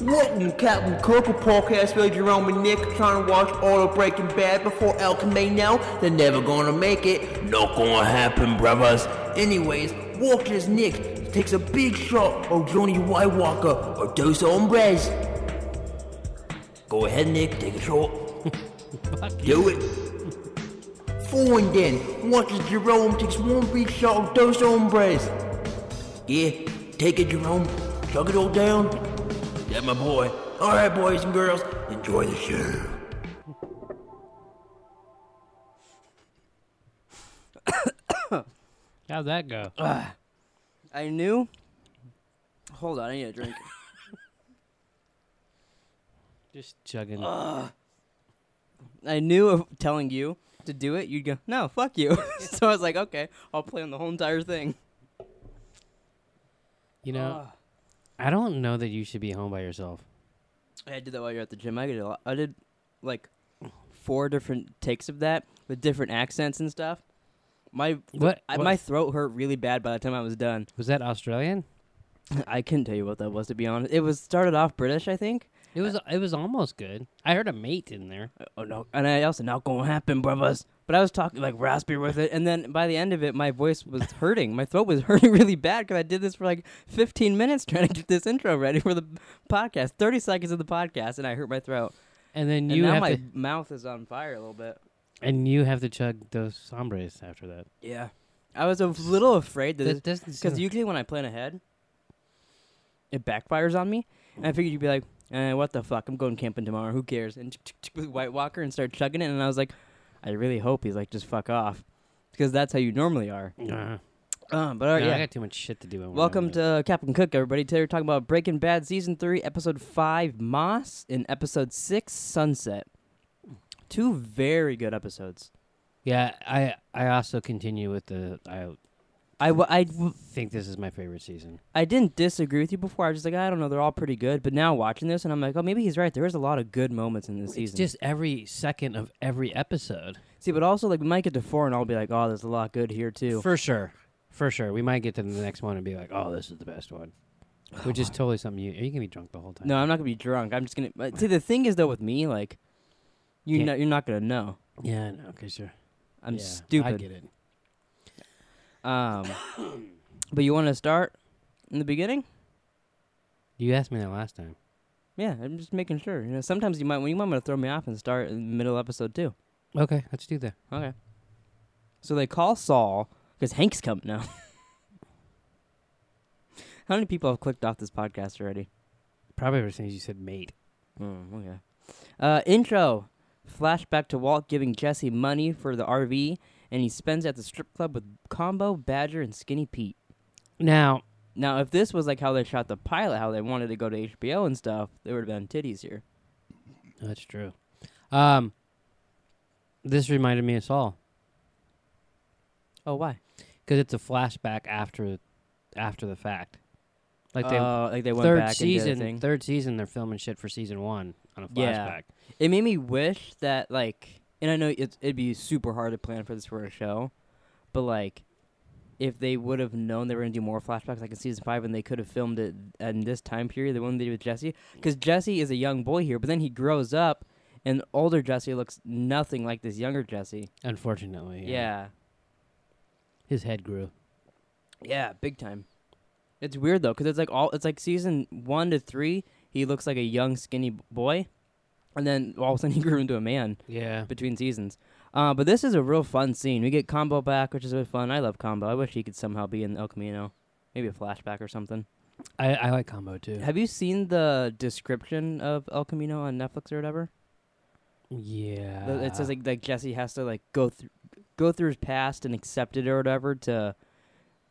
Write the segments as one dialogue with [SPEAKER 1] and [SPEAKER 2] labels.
[SPEAKER 1] Wouldn't Captain Cook or Paul Caswell, Jerome, and Nick trying to watch all of Breaking Bad before El Camino? They're never gonna make it. Not gonna happen, brothers. Anyways, Walker's Nick takes a big shot of Johnny White Walker or Dos Hombres. Go ahead, Nick, take a shot. Do it. Four and then, watches Jerome takes one big shot of Dos Hombres. Yeah, take it, Jerome. Chug it all down. That my boy. All right, boys and girls, enjoy the show.
[SPEAKER 2] How'd that go?
[SPEAKER 3] I knew. Hold on, I need a drink.
[SPEAKER 2] Just chugging.
[SPEAKER 3] I knew of telling you to do it, you'd go, no, fuck you. so I was like, okay, I'll play on the whole entire thing.
[SPEAKER 2] you know,
[SPEAKER 3] Ah.
[SPEAKER 2] I don't know that you should be home by yourself.
[SPEAKER 3] I did that while you're at the gym. I did a lot. I did like four different takes of that with different accents and stuff. My
[SPEAKER 2] What-
[SPEAKER 3] I,
[SPEAKER 2] what-
[SPEAKER 3] my throat hurt really bad by the time I was done.
[SPEAKER 2] Was that Australian?
[SPEAKER 3] I couldn't tell you what that was to be honest. It was started off British, I think.
[SPEAKER 2] It was. It was almost good. I heard a mate in there.
[SPEAKER 3] Oh no! And I also not gonna happen, brothers. But I was talking like raspy with it, and then by the end of it, my voice was hurting. My throat was hurting really bad because I did this for like 15 minutes trying to get this intro ready for the podcast. 30 seconds of the podcast, and I hurt my throat.
[SPEAKER 2] And then
[SPEAKER 3] And
[SPEAKER 2] you
[SPEAKER 3] now
[SPEAKER 2] have
[SPEAKER 3] my
[SPEAKER 2] to,
[SPEAKER 3] mouth is on fire a little bit.
[SPEAKER 2] and you have to chug those hombres after that.
[SPEAKER 3] Yeah, I was a little afraid that
[SPEAKER 2] That
[SPEAKER 3] this
[SPEAKER 2] doesn't
[SPEAKER 3] because
[SPEAKER 2] sound-
[SPEAKER 3] usually when I plan ahead, it backfires on me, and I figured you'd be like, eh, "What the fuck? I'm going camping tomorrow. Who cares?" And with White Walker and start chugging it, and I was like, "I really hope he's like just fuck off." Because that's how you normally are.
[SPEAKER 2] Uh,
[SPEAKER 3] Um, but all right,
[SPEAKER 2] no, I
[SPEAKER 3] yeah.
[SPEAKER 2] got too much shit to do. when we're
[SPEAKER 3] Welcome
[SPEAKER 2] done
[SPEAKER 3] to Captain Cook, everybody. Today we're talking about Breaking Bad season three, episode five, Moss, and episode six, Sunset. Two very good episodes.
[SPEAKER 2] with it. Yeah, I I also continue with the. I
[SPEAKER 3] I, w- I w-
[SPEAKER 2] think this is my favorite season.
[SPEAKER 3] I didn't disagree with you before. I was just like, I don't know, they're all pretty good. But now watching this, and I'm like, oh, maybe he's right. There is a lot of good moments in this
[SPEAKER 2] It's
[SPEAKER 3] season.
[SPEAKER 2] just every second of every episode.
[SPEAKER 3] See, but also like we might get to four, and I'll be like, oh, there's a lot good here too.
[SPEAKER 2] For sure. For sure. We might get to the next one and be like, oh, this is the best one. Which is totally something you. You can be drunk the whole time.
[SPEAKER 3] no, I'm not gonna be drunk. I'm just gonna but see. The thing is though, with me, like, you
[SPEAKER 2] Yeah.
[SPEAKER 3] know, you're not gonna know.
[SPEAKER 2] Yeah, no, okay, sure.
[SPEAKER 3] I'm
[SPEAKER 2] Yeah, I
[SPEAKER 3] stupid.
[SPEAKER 2] get it.
[SPEAKER 3] Um, but you want to start in the beginning?
[SPEAKER 2] You asked me that last time.
[SPEAKER 3] Yeah, I'm just making sure. You know, sometimes you might when you might want to throw me off and start in the middle of episode two.
[SPEAKER 2] Okay, let's do that.
[SPEAKER 3] Okay. So they call Saul because Hank's coming now. How many people have clicked off this podcast already?
[SPEAKER 2] Probably ever since you said mate. Hmm,
[SPEAKER 3] Mm, okay. Uh, intro. Flashback to Walt giving Jesse money for the RV, and he spends it at the strip club with Combo, Badger, and Skinny Pete.
[SPEAKER 2] Now,
[SPEAKER 3] Now, if this was like how they shot the pilot, how they wanted to go to HBO and stuff, there would have been titties here.
[SPEAKER 2] that's true. Um, this reminded me of Saul
[SPEAKER 3] Oh, why?
[SPEAKER 2] because it's a flashback after, after the fact. Like they
[SPEAKER 3] Uh, like they went
[SPEAKER 2] third
[SPEAKER 3] back
[SPEAKER 2] season,
[SPEAKER 3] and did a thing.
[SPEAKER 2] third season, they're filming shit for season one on a
[SPEAKER 3] Yeah.
[SPEAKER 2] flashback.
[SPEAKER 3] It made me wish that like, and I know it, it'd be super hard to plan for this for a show, but like, if they would have known they were gonna do more flashbacks like in season five, and they could have filmed it in this time period, the one they did with Jesse, because Jesse is a young boy here, but then he grows up, and older Jesse looks nothing like this younger Jesse.
[SPEAKER 2] Unfortunately,
[SPEAKER 3] yeah,
[SPEAKER 2] his head grew.
[SPEAKER 3] Yeah, big time. It's weird though, cause it's like all it's like season one to three, he looks like a young skinny b- boy, and then all of a sudden he grew into a man
[SPEAKER 2] Yeah,
[SPEAKER 3] between seasons. Uh, but this is a real fun scene. We get Combo back, which is really fun. I love Combo. I wish he could somehow be in El Camino, maybe a flashback or something.
[SPEAKER 2] I, I like combo too.
[SPEAKER 3] Have you seen the description of El Camino on Netflix or whatever?
[SPEAKER 2] yeah,
[SPEAKER 3] The- it says like like Jesse has to like go through go through his past and accept it or whatever to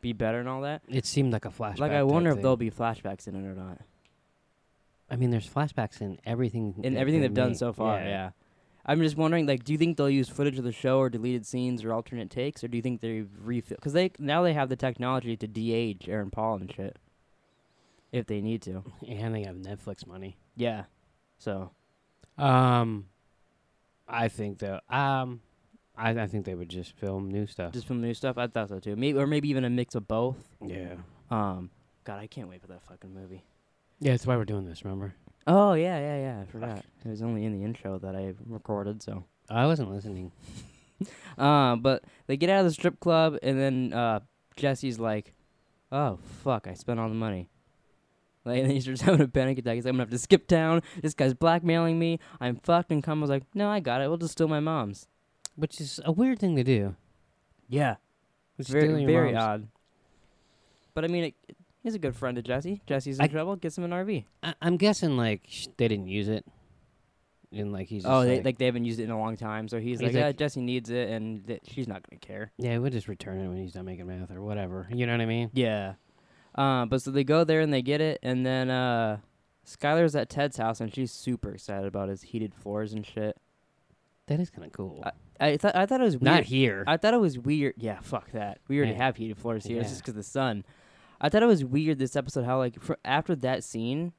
[SPEAKER 3] be better and all that.
[SPEAKER 2] It seemed like a flashback.
[SPEAKER 3] Like I
[SPEAKER 2] type
[SPEAKER 3] wonder if
[SPEAKER 2] thing.
[SPEAKER 3] there'll be flashbacks in it or not.
[SPEAKER 2] I mean, there's flashbacks in everything.
[SPEAKER 3] in
[SPEAKER 2] that
[SPEAKER 3] everything
[SPEAKER 2] they
[SPEAKER 3] they've done
[SPEAKER 2] make.
[SPEAKER 3] so far. Yeah. I'm just wondering, like, do you think they'll use footage of the show or deleted scenes or alternate takes, or do you think they've refilled? Because they now they have the technology to de-age Aaron Paul and shit, if they need to.
[SPEAKER 2] and they have Netflix money.
[SPEAKER 3] Yeah. So
[SPEAKER 2] Um, I think though, um, I I think they would just film new stuff.
[SPEAKER 3] just from new stuff, I thought so too. Maybe or maybe even a mix of both.
[SPEAKER 2] yeah,
[SPEAKER 3] Um, God, I can't wait for that fucking movie.
[SPEAKER 2] yeah. That's why we're doing this. Remember?
[SPEAKER 3] Oh yeah, yeah, yeah. I forgot. It was only in the intro that I recorded. So,
[SPEAKER 2] I wasn't listening.
[SPEAKER 3] uh, but they get out of the strip club, and then uh, Jesse's like, "Oh fuck, I spent all the money." Like, and then he starts having a panic attack. He's like, "I'm gonna have to skip town. This guy's blackmailing me. I'm fucked." And Kamala's like, "No, I got it. We'll just steal my mom's."
[SPEAKER 2] Which is a weird thing to do.
[SPEAKER 3] Yeah,
[SPEAKER 2] It's
[SPEAKER 3] very very odd. But I mean, it, he's a good friend to Jesse. Jesse's in
[SPEAKER 2] I-
[SPEAKER 3] trouble. Gets him an RV.
[SPEAKER 2] I- I'm guessing like sh- they didn't use it, and like he's just
[SPEAKER 3] Oh,
[SPEAKER 2] like,
[SPEAKER 3] they, like they haven't used it in a long time, so he's,
[SPEAKER 2] He's like-
[SPEAKER 3] like, "Yeah, Jesse needs it, and th- she's not gonna care."
[SPEAKER 2] yeah, we'll just return it when he's done making math or whatever. You know what I mean?
[SPEAKER 3] Yeah. Uh, but so they go there and they get it, and then uh, Skylar's at Ted's house, and she's super excited about his heated floors and shit.
[SPEAKER 2] That is kind of cool.
[SPEAKER 3] I thought I thought it was weird.
[SPEAKER 2] Not here.
[SPEAKER 3] I thought it was weird. Yeah, fuck that. We already
[SPEAKER 2] Yeah.
[SPEAKER 3] have heated floors here. It's
[SPEAKER 2] Yeah.
[SPEAKER 3] just because the sun. I thought it was weird this episode how like fr after that scene,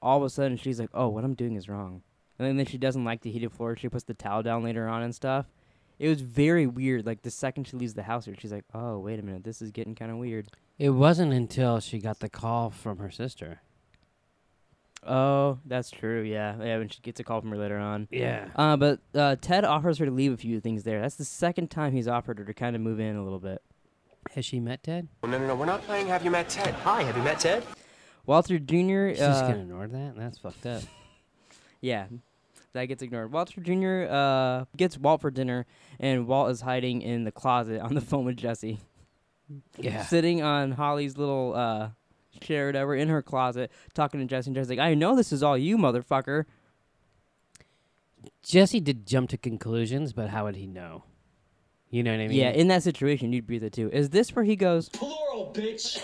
[SPEAKER 3] all of a sudden she's like, "Oh, what I'm doing is wrong," and then, then she doesn't like the heated floor. She puts the towel down later on and stuff. It was very weird. Like the second she leaves the house here, she's like, "Oh, wait a minute, this is getting kind of weird."
[SPEAKER 2] it wasn't until she got the call from her sister.
[SPEAKER 3] Oh, that's true. Yeah, yeah. When she gets a call from her later on.
[SPEAKER 2] Yeah.
[SPEAKER 3] Uh, but uh, Ted offers her to leave a few things there. That's the second time he's offered her to kind of move in a little bit.
[SPEAKER 2] Has she met Ted?
[SPEAKER 4] No, no, no, we're not playing Have You Met Ted. Hi, have you met Ted?
[SPEAKER 3] Walter Jr.
[SPEAKER 2] She's just
[SPEAKER 3] Uh,
[SPEAKER 2] gonna ignore that. That's fucked up.
[SPEAKER 3] yeah, that gets ignored. Walter Jr. Uh, gets Walt for dinner, and Walt is hiding in the closet on the phone with Jesse,
[SPEAKER 2] yeah.
[SPEAKER 3] sitting on Holly's little uh, chair, or whatever, in her closet, talking to Jesse. And Jesse's like, "I know this is all you, motherfucker."
[SPEAKER 2] Jesse did jump to conclusions, but how would he know? You know what I mean?
[SPEAKER 3] yeah, in that situation, you'd be there too. Is this where he goes? Plural, bitch.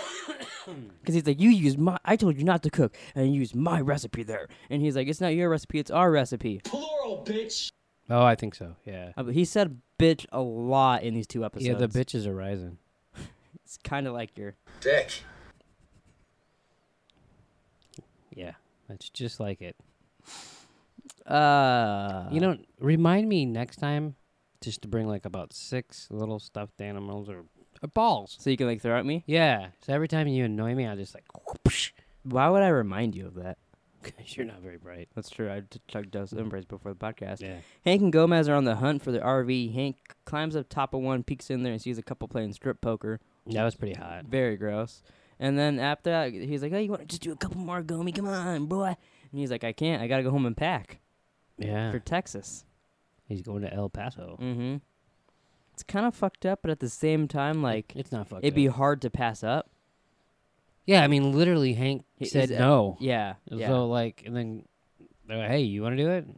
[SPEAKER 3] Because he's like, you use my. I told you not to cook, and you use my recipe there. And he's like, it's not your recipe, it's our recipe.
[SPEAKER 2] oh, I think so. Yeah.
[SPEAKER 3] Uh, but he said bitch a lot in these two episodes.
[SPEAKER 2] Yeah, the bitches are rising.
[SPEAKER 3] It's kind of like your.
[SPEAKER 4] Dick.
[SPEAKER 2] Yeah, that's just like it.
[SPEAKER 3] Uh.
[SPEAKER 2] you know, remind me next time just to bring like about six little stuffed animals or, or balls.
[SPEAKER 3] So you can like throw at me.
[SPEAKER 2] Yeah. So every time you annoy me, I'll just like, whoopsh,
[SPEAKER 3] Why would I remind you of that?
[SPEAKER 2] 'cause you're not very bright.
[SPEAKER 3] That's true. I t- chugged those umbrellas before the podcast.
[SPEAKER 2] Yeah.
[SPEAKER 3] Hank and Gomez are on the hunt for the RV. Hank climbs up top of one, peeks in there, and sees a couple playing strip poker.
[SPEAKER 2] That was pretty hot.
[SPEAKER 3] Very gross. And then after that, he's like, "Oh, you want to just do a couple more, Gomi? Come on, boy." And he's like, "I can't. I gotta go home and pack
[SPEAKER 2] Yeah. Mm,
[SPEAKER 3] for Texas."
[SPEAKER 2] He's going to El Paso.
[SPEAKER 3] Mm-hmm. It's kind of fucked up, but at the same time, like,
[SPEAKER 2] It's not fucked
[SPEAKER 3] it'd be
[SPEAKER 2] up.
[SPEAKER 3] hard to pass up.
[SPEAKER 2] Yeah, I mean, literally, Hank
[SPEAKER 3] He-
[SPEAKER 2] said
[SPEAKER 3] he's-
[SPEAKER 2] no.
[SPEAKER 3] Yeah, yeah.
[SPEAKER 2] So, like, and then they're like, hey, you want to do it?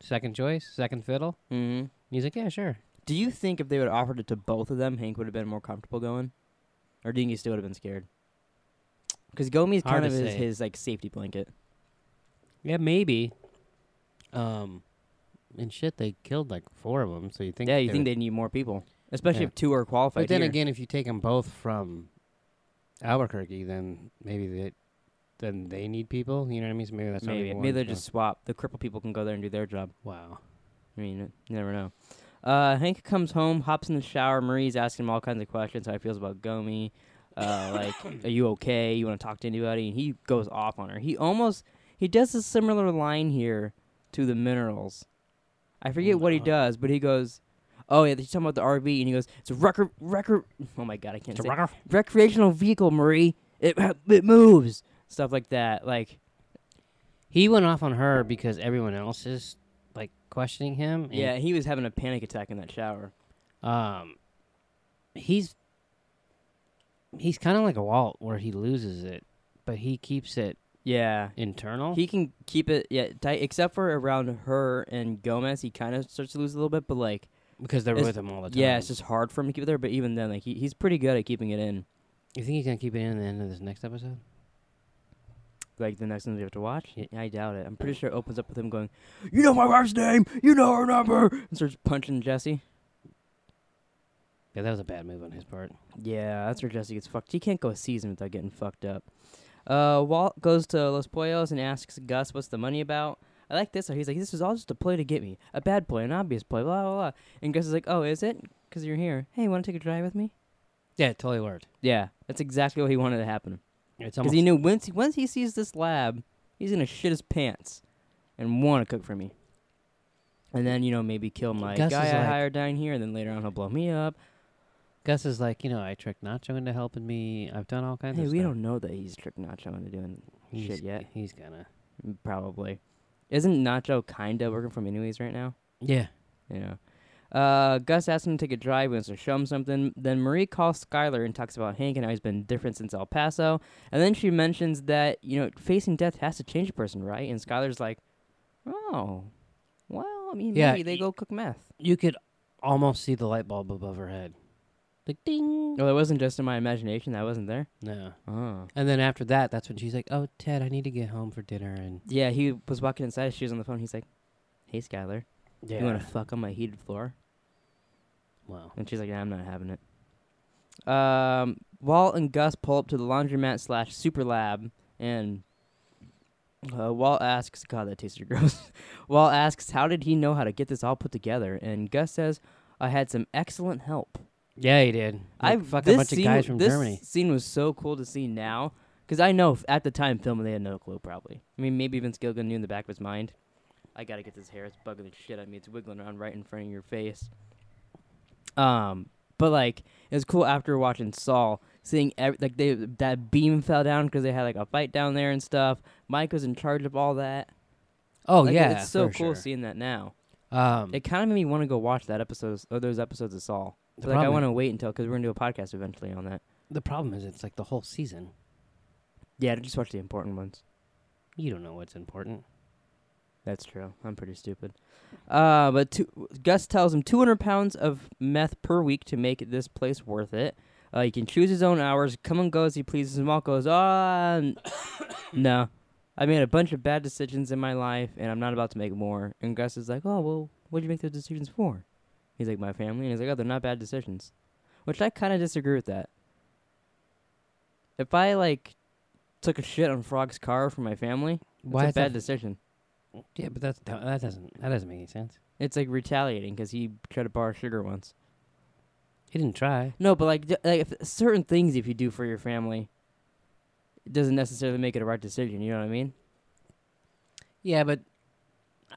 [SPEAKER 2] Second choice, second fiddle?
[SPEAKER 3] mm-hmm.
[SPEAKER 2] And he's like, yeah, sure.
[SPEAKER 3] Do you think if they would have offered it to both of them, Hank would have been more comfortable going, or do you think he still would have been scared? Because Gomi's
[SPEAKER 2] Hard
[SPEAKER 3] kind of
[SPEAKER 2] to
[SPEAKER 3] his,
[SPEAKER 2] say.
[SPEAKER 3] his like safety blanket.
[SPEAKER 2] Yeah, maybe. Um, and shit, they killed like four of them. So you think?
[SPEAKER 3] yeah, you
[SPEAKER 2] they
[SPEAKER 3] think
[SPEAKER 2] would-
[SPEAKER 3] they need more people, especially
[SPEAKER 2] Yeah.
[SPEAKER 3] if two are qualified.
[SPEAKER 2] But then
[SPEAKER 3] here.
[SPEAKER 2] again, if you take them both from Albuquerque, then maybe they, then they need people. You know what I mean? So maybe that's
[SPEAKER 3] maybe
[SPEAKER 2] Not
[SPEAKER 3] maybe they're just swap. The crippled people can go there and do their job.
[SPEAKER 2] wow.
[SPEAKER 3] I mean, you never know. Uh, Hank comes home, hops in the shower. Marie's asking him all kinds of questions, how he feels about Gomi. Uh, like, are you okay? You want to talk to anybody? And he goes off on her. He almost he does a similar line here to the minerals. I forget what he
[SPEAKER 2] no.
[SPEAKER 3] does, but he goes, "Oh yeah, he's talking about the RV," and he goes, "It's a record, record. Oh my god, I can't say
[SPEAKER 2] Rucker.
[SPEAKER 3] recreational vehicle, Marie. It it moves stuff like that. Like,
[SPEAKER 2] He went off on her because everyone else is like questioning him. and,
[SPEAKER 3] yeah, he was having a panic attack in that shower.
[SPEAKER 2] Um, he's he's kind of like a Walt, where he loses it, but he keeps it
[SPEAKER 3] Yeah,
[SPEAKER 2] internal.
[SPEAKER 3] He can keep it yeah tight, except for around her and Gomez. He kind of starts to lose a little bit, but like
[SPEAKER 2] because they're
[SPEAKER 3] it's-
[SPEAKER 2] with him all the time.
[SPEAKER 3] yeah, it's just hard for him to keep it there. But even then, like he, he's pretty good at keeping it in.
[SPEAKER 2] You think he's gonna keep it in the end of this next episode?
[SPEAKER 3] Like the next one we have to watch,
[SPEAKER 2] Yeah.
[SPEAKER 3] I doubt it. I'm pretty sure it opens up with him going, "You know my wife's name, you know her number," and starts punching Jesse.
[SPEAKER 2] Yeah, that was a bad move on his part.
[SPEAKER 3] Yeah, that's where Jesse gets fucked. He can't go a season without getting fucked up. Uh, Walt goes to Los Pollos and asks Gus what's the money about. I like this. He's like, this is all just a play to get me. A bad play, an obvious play, blah, blah, blah. And Gus is like, oh, is it? Because you're here. Hey, want to take a drive with me?
[SPEAKER 2] Yeah, it totally worked.
[SPEAKER 3] Yeah, that's exactly what he wanted to happen.
[SPEAKER 2] It's
[SPEAKER 3] Because
[SPEAKER 2] almost
[SPEAKER 3] he knew once, once he sees this lab, he's gonna shit his pants and want to cook for me. And then you know maybe kill my
[SPEAKER 2] Gus
[SPEAKER 3] guy I
[SPEAKER 2] is like-
[SPEAKER 3] hired down here, and then later on he'll blow me up.
[SPEAKER 2] Gus is like, you know, I tricked Nacho into helping me. I've done all kinds
[SPEAKER 3] Hey,
[SPEAKER 2] of
[SPEAKER 3] we
[SPEAKER 2] stuff.
[SPEAKER 3] don't know that he's tricked Nacho into doing
[SPEAKER 2] he's,
[SPEAKER 3] shit yet.
[SPEAKER 2] He's gonna.
[SPEAKER 3] Probably. Isn't Nacho kinda working from anyways right now?
[SPEAKER 2] Yeah.
[SPEAKER 3] Yeah. Uh, Gus asks him to take a drive and to show him something. Then Marie calls Skylar and talks about Hank and how he's been different since El Paso. And then she mentions that, you know, facing death has to change a person, right? And Skylar's like, oh, well, I mean,
[SPEAKER 2] Yeah,
[SPEAKER 3] maybe they
[SPEAKER 2] y-
[SPEAKER 3] go cook meth.
[SPEAKER 2] You could almost see the light bulb above her head. Like ding.
[SPEAKER 3] Well, it wasn't just in my imagination. That wasn't there.
[SPEAKER 2] No.
[SPEAKER 3] Oh.
[SPEAKER 2] And then after that, that's when she's like, "Oh, Ted, I need to get home for dinner." And
[SPEAKER 3] Yeah, he was walking inside. She was on the phone. He's like, hey, Skylar,
[SPEAKER 2] yeah.
[SPEAKER 3] you want to fuck on my heated floor?
[SPEAKER 2] Wow.
[SPEAKER 3] And she's like, nah, I'm not having it. Um, Walt and Gus pull up to the laundromat slash super lab, and uh, Walt asks, God, that tasted gross. Walt asks, how did he know how to get this all put together? And Gus says, I had some excellent help.
[SPEAKER 2] Yeah, he did.
[SPEAKER 3] I
[SPEAKER 2] I fucked a bunch of guys from
[SPEAKER 3] this
[SPEAKER 2] Germany.
[SPEAKER 3] scene was so cool to see now, because I know f- at the time filming they had no clue. Probably, I mean, maybe Vince Gilligan knew in the back of his mind. I gotta get this hair. It's bugging the shit out of me. It's wiggling around right in front of your face. Um, but like it was cool after watching Saul, seeing ev- like they that beam fell down because they had like a fight down there and stuff. Mike was in charge of all that.
[SPEAKER 2] Oh
[SPEAKER 3] Like,
[SPEAKER 2] yeah,
[SPEAKER 3] it's so
[SPEAKER 2] for
[SPEAKER 3] cool
[SPEAKER 2] sure.
[SPEAKER 3] seeing that now.
[SPEAKER 2] Um,
[SPEAKER 3] It kind of made me want to go watch that episodes or those episodes of Saul.
[SPEAKER 2] The
[SPEAKER 3] But, like I
[SPEAKER 2] problem-
[SPEAKER 3] want to wait until because we're gonna do a podcast eventually on that.
[SPEAKER 2] the problem is, it's like the whole season.
[SPEAKER 3] Yeah, just watch the important ones.
[SPEAKER 2] You don't know what's important.
[SPEAKER 3] That's true. I'm pretty stupid. Uh, but two, Gus tells him 200 pounds of meth per week to make this place worth it. Uh, he can choose his own hours, come and go as he pleases. And Walt goes, on. no, I made a bunch of bad decisions in my life, and I'm not about to make more. And Gus is like, oh, well, what'd you make those decisions for? He's like, my family. And he's like, oh, they're not bad decisions. Which I kind of disagree with that. If I, like, took a shit on Frog's car for my family, it's
[SPEAKER 2] Why
[SPEAKER 3] a
[SPEAKER 2] is that
[SPEAKER 3] bad decision.
[SPEAKER 2] Yeah, but that's that that doesn't that doesn't make any sense.
[SPEAKER 3] It's like retaliating because he tried to borrow sugar once.
[SPEAKER 2] He didn't try.
[SPEAKER 3] No, but like, d- like if certain things if you do for your family, it doesn't necessarily make it a right decision. You know what I mean?
[SPEAKER 2] Yeah, but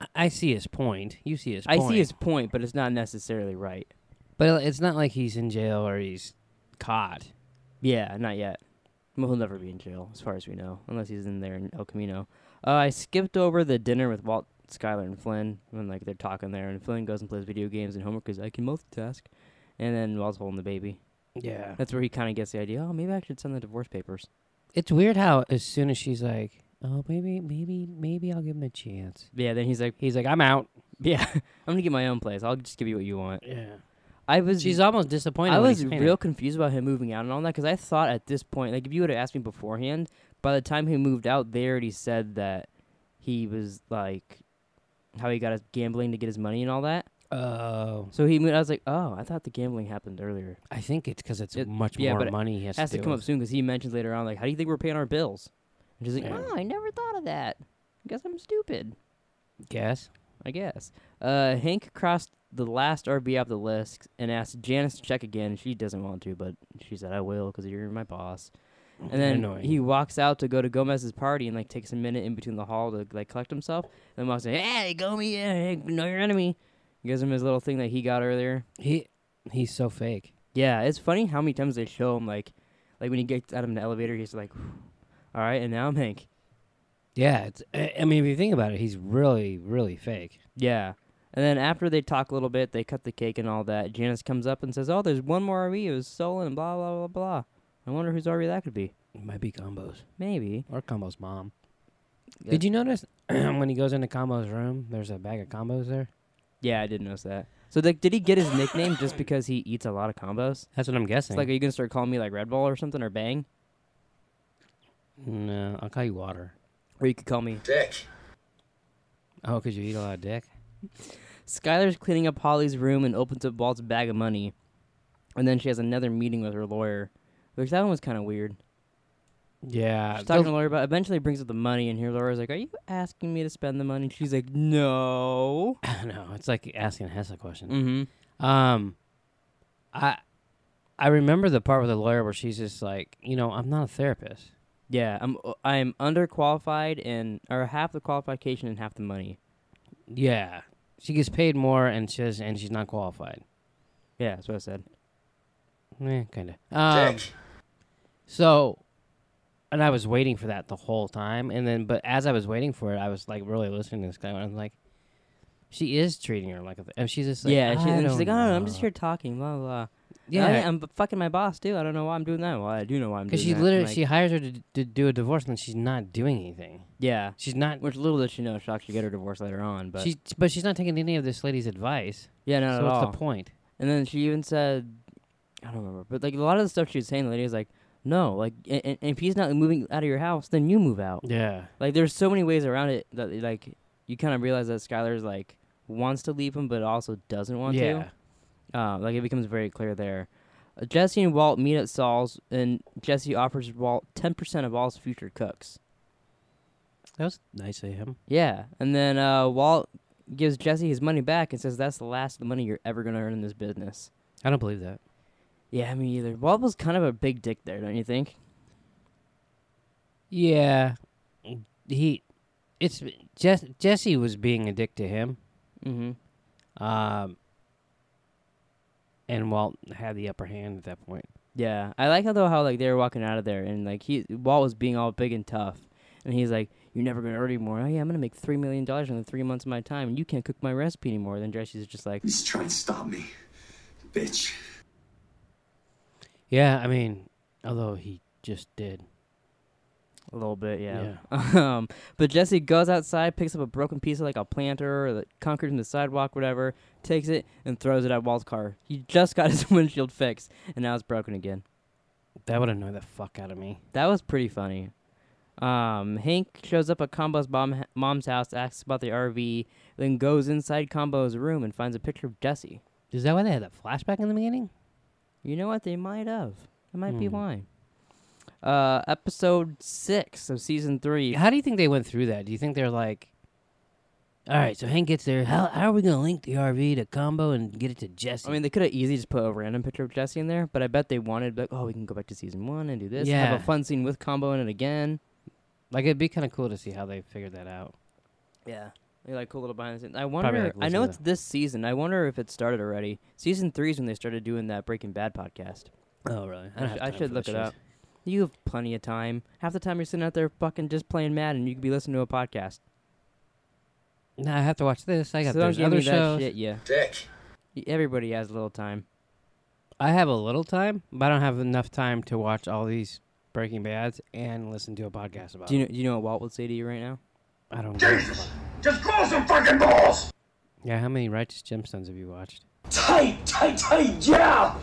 [SPEAKER 2] I- I see his point. You see his
[SPEAKER 3] I
[SPEAKER 2] point.
[SPEAKER 3] see his point, but it's not necessarily right.
[SPEAKER 2] But it's not like he's in jail or he's caught.
[SPEAKER 3] Yeah, not yet. Well, he'll never be in jail, as far as we know, unless he's in there in El Camino. Uh, I skipped over the dinner with Walt, Skyler, and Flynn when like they're talking there, and Flynn goes and plays video games and homework because I can multitask, and then Walt's holding the baby.
[SPEAKER 2] Yeah.
[SPEAKER 3] That's where he kind of gets the idea. Oh, maybe I should send the divorce papers.
[SPEAKER 2] It's weird how as soon as she's like, "Oh, maybe, maybe, maybe I'll give him a chance,"
[SPEAKER 3] Yeah, then he's like,
[SPEAKER 2] he's like, "I'm out."
[SPEAKER 3] Yeah, I'm gonna get my own place. I'll just give you what you want.
[SPEAKER 2] Yeah.
[SPEAKER 3] I was
[SPEAKER 2] She's almost disappointed.
[SPEAKER 3] I
[SPEAKER 2] when
[SPEAKER 3] was
[SPEAKER 2] he's
[SPEAKER 3] real confused about him moving out and all that because I thought at this point, like if you would have asked me beforehand, by the time he moved out, they already said that he was like how he got his gambling to get his money and all that.
[SPEAKER 2] Oh,
[SPEAKER 3] So he moved. I was like, oh, I thought the gambling happened earlier.
[SPEAKER 2] I think it's because it's
[SPEAKER 3] It-
[SPEAKER 2] much
[SPEAKER 3] yeah,
[SPEAKER 2] more
[SPEAKER 3] but it
[SPEAKER 2] money. He has,
[SPEAKER 3] It has to
[SPEAKER 2] deal
[SPEAKER 3] come up
[SPEAKER 2] with.
[SPEAKER 3] soon because he mentions later on, like, how do you think we're paying our bills? And she's like,
[SPEAKER 2] Yeah.
[SPEAKER 3] oh, I never thought of that. I guess I'm stupid.
[SPEAKER 2] Guess.
[SPEAKER 3] I guess. Uh, Hank crossed the last RB off the list and asked Janice to check again. She doesn't want to, but she said, I will because you're my boss. And then
[SPEAKER 2] Annoying.
[SPEAKER 3] he walks out to go to Gomez's party and like takes a minute in between the hall to like collect himself. And then walks in, hey, Gomez, yeah, hey, know your enemy. Gives him his little thing that he got earlier.
[SPEAKER 2] He he's so fake.
[SPEAKER 3] Yeah, it's funny how many times they show him like, like when he gets out of an elevator, he's like, all right, and now I'm Hank.
[SPEAKER 2] Yeah, it's. I I mean, if you think about it, he's really, really fake.
[SPEAKER 3] Yeah. And then after they talk a little bit, they cut the cake and all that. Janice comes up and says, "Oh, there's one more RV. It was stolen. Blah blah blah blah." I wonder whose RV that could be.
[SPEAKER 2] It might be combos
[SPEAKER 3] Maybe.
[SPEAKER 2] or combos mom.
[SPEAKER 3] Yeah.
[SPEAKER 2] Did you notice when he goes into combo's room? There's a bag of combos there.
[SPEAKER 3] Yeah, I didn't notice that. So like, did he get his nickname just because he eats a lot of combos?
[SPEAKER 2] That's what I'm guessing.
[SPEAKER 3] It's like, are you gonna start calling me like Red Ball or something or Bang?
[SPEAKER 2] no, I'll call you water.
[SPEAKER 3] Or you could call me.
[SPEAKER 2] Oh, because you eat a lot of dick.
[SPEAKER 3] Skylar's cleaning up Holly's room and opens up Walt's bag of money, and then she has another meeting with her lawyer, which that one was kind of weird.
[SPEAKER 2] Yeah,
[SPEAKER 3] She's talking to Laura about. Eventually, brings up the money, and here Laura's like, "Are you asking me to spend the money?" And she's like, "No."
[SPEAKER 2] no, it's like asking Hess a question.
[SPEAKER 3] Mm-hmm.
[SPEAKER 2] Um, I I remember the part with the lawyer where she's just like, you know, I'm not a therapist.
[SPEAKER 3] Yeah, I'm I'm underqualified and or half the qualification and half the money.
[SPEAKER 2] Yeah, she gets paid more, and she does, and she's not qualified.
[SPEAKER 3] Yeah, that's what I said.
[SPEAKER 2] Yeah, kind of. Um, so, and I was waiting for that the whole time, and then, but as I was waiting for it, I was like really listening to this guy, and I'm like, she is treating her like a, and she's just like,
[SPEAKER 3] yeah,
[SPEAKER 2] I
[SPEAKER 3] she, and she's
[SPEAKER 2] don't
[SPEAKER 3] like, oh, I'm just
[SPEAKER 2] know."
[SPEAKER 3] here talking, blah blah. blah.
[SPEAKER 2] Yeah,
[SPEAKER 3] Yeah, I'm b- fucking my boss too. I don't know why I'm doing that. Well, I do know why I'm doing
[SPEAKER 2] Because she
[SPEAKER 3] that.
[SPEAKER 2] literally
[SPEAKER 3] Like,
[SPEAKER 2] she hires her to, d- to do a divorce and she's not doing anything.
[SPEAKER 3] yeah,
[SPEAKER 2] She's not.
[SPEAKER 3] which little did she know she'll actually get her divorce later on. But
[SPEAKER 2] She's but she's not taking any of this lady's advice.
[SPEAKER 3] yeah, not
[SPEAKER 2] so
[SPEAKER 3] at
[SPEAKER 2] what's
[SPEAKER 3] all.
[SPEAKER 2] the point?
[SPEAKER 3] And then she even said, I don't remember, but like a lot of the stuff she was saying, the lady was like, no, like, and, and if he's not moving out of your house, then you move out.
[SPEAKER 2] Yeah.
[SPEAKER 3] Like, there's so many ways around it that like you kind of realize that Skylar's like wants to leave him, but also doesn't want
[SPEAKER 2] yeah.
[SPEAKER 3] to. Uh, like it becomes very clear there. Uh, Jesse and Walt meet at Saul's, and Jesse offers Walt ten percent of Walt's future cooks.
[SPEAKER 2] That was nice of him.
[SPEAKER 3] Yeah, and then uh, Walt gives Jesse his money back and says that's the last of the money you're ever gonna earn in this business.
[SPEAKER 2] I don't believe that.
[SPEAKER 3] Yeah, me either. Walt was kind of a big dick there, don't you think?
[SPEAKER 2] Yeah. Mm. He, it's Jess, Jesse was being a dick to him.
[SPEAKER 3] Mm-hmm.
[SPEAKER 2] Um. And Walt had the upper hand at that point.
[SPEAKER 3] Yeah, I like how though how like they were walking out of there and like he Walt was being all big and tough, and he's like, "You're never gonna earn anymore. Oh yeah, I'm gonna make three million dollars in the three months of my time, and you can't cook my recipe anymore." Then Jesse's just like,
[SPEAKER 5] He's trying to stop me. Bitch.
[SPEAKER 2] Yeah, I mean, although he just did.
[SPEAKER 3] "A little bit, yeah." um, but Jesse goes outside, picks up a broken piece of like a planter or the concrete from the sidewalk, whatever, takes it and throws it at Walt's car. He just got his windshield fixed, and now it's broken again.
[SPEAKER 2] That would annoy the fuck out of me.
[SPEAKER 3] That was pretty funny. Um, Hank shows up at Combo's mom, mom's house, asks about the RV, then goes inside Combo's room and finds a picture of Jesse.
[SPEAKER 2] Is that why they had that flashback in the beginning?
[SPEAKER 3] You know what? They might have. That might be
[SPEAKER 2] Hmm.
[SPEAKER 3] why. Uh, episode six of season three.
[SPEAKER 2] How do you think they went through that? Do you think they're like, all right, so Hank gets there. How, how are we going to link the RV to Combo and get it to Jesse?
[SPEAKER 3] I mean, they could have easily just put a random picture of Jesse in there, but I bet they wanted like, oh, we can go back to season one and do this. Have
[SPEAKER 2] Yeah.
[SPEAKER 3] a fun scene with Combo in it again.
[SPEAKER 2] like, it'd be kind of cool to see how they figured that out.
[SPEAKER 3] Yeah. Like cool little behind the scenes. I wonder.
[SPEAKER 2] like,
[SPEAKER 3] I know
[SPEAKER 2] listen to
[SPEAKER 3] it's this season. I wonder if it started already. Season three is when they started doing that Breaking Bad podcast.
[SPEAKER 2] Oh, really?
[SPEAKER 3] I, sh- I should look it up. You have plenty of time. Half the time you're sitting out there fucking just playing Madden. You could be listening to a podcast.
[SPEAKER 2] No, I have to watch this. I got
[SPEAKER 3] so don't
[SPEAKER 2] there's
[SPEAKER 3] give
[SPEAKER 2] other
[SPEAKER 3] me that
[SPEAKER 2] shows.
[SPEAKER 3] shit. Yeah,
[SPEAKER 5] Dick.
[SPEAKER 3] Y- everybody has a little time.
[SPEAKER 2] I have a little time, but I don't have enough time to watch all these Breaking Bads and listen to a podcast about
[SPEAKER 3] Do you
[SPEAKER 2] it.
[SPEAKER 3] know? Do you know what Walt would say to you right now?
[SPEAKER 2] I don't know.
[SPEAKER 5] Jesus! Just grow some fucking balls!
[SPEAKER 2] Yeah, how many Righteous Gemstones have you watched?
[SPEAKER 5] Tight, tight, tight, yeah!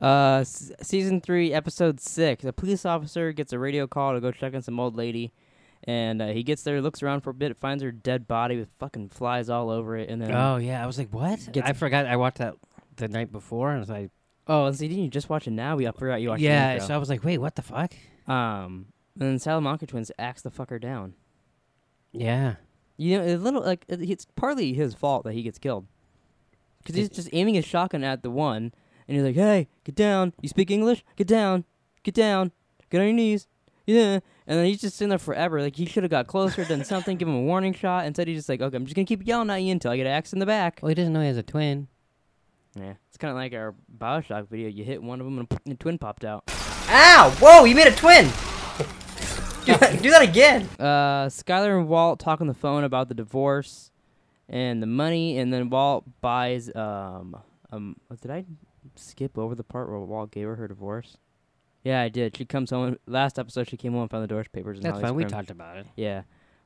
[SPEAKER 3] Uh, s- season three, episode six. A police officer gets a radio call to go check on some old lady, and uh, he gets there, looks around for a bit, finds her dead body with fucking flies all over it, and then
[SPEAKER 2] Oh, yeah. I was like, what?
[SPEAKER 3] Gets-
[SPEAKER 2] I forgot. I watched that the night before, and I was like,
[SPEAKER 3] oh, and see, didn't you just watch it now? We I forgot you watched. the
[SPEAKER 2] yeah.
[SPEAKER 3] intro.
[SPEAKER 2] So I was like, wait, what the fuck?
[SPEAKER 3] um, and then Salamanca twins axe the fucker down.
[SPEAKER 2] Yeah.
[SPEAKER 3] You know, a little like it- it's partly his fault that he gets killed, because he's just aiming his shotgun at the one, and he's like, "Hey, get down! You speak English? Get down! Get down! Get on your knees!" Yeah, and then he's just sitting there forever. Like he should have got closer, done something, give him a warning shot. Instead, he's just like, "Okay, I'm just gonna keep yelling at you until I get an axe in the back."
[SPEAKER 2] Well, he doesn't know he has a twin.
[SPEAKER 3] Yeah, it's kind of like our Bioshock video. You hit one of them, and a twin popped out.
[SPEAKER 6] Ow! Whoa, you made a twin! do, that, do that again!
[SPEAKER 3] uh, Skylar and Walt talk on the phone about the divorce and the money, and then Walt buys um um. Did I skip over the part where Walt gave her her divorce? Yeah, I did. She comes home. Last episode, she came home and found the divorce papers. And
[SPEAKER 2] That's
[SPEAKER 3] all
[SPEAKER 2] fine.
[SPEAKER 3] these
[SPEAKER 2] We
[SPEAKER 3] crimes.
[SPEAKER 2] talked about it.
[SPEAKER 3] Yeah.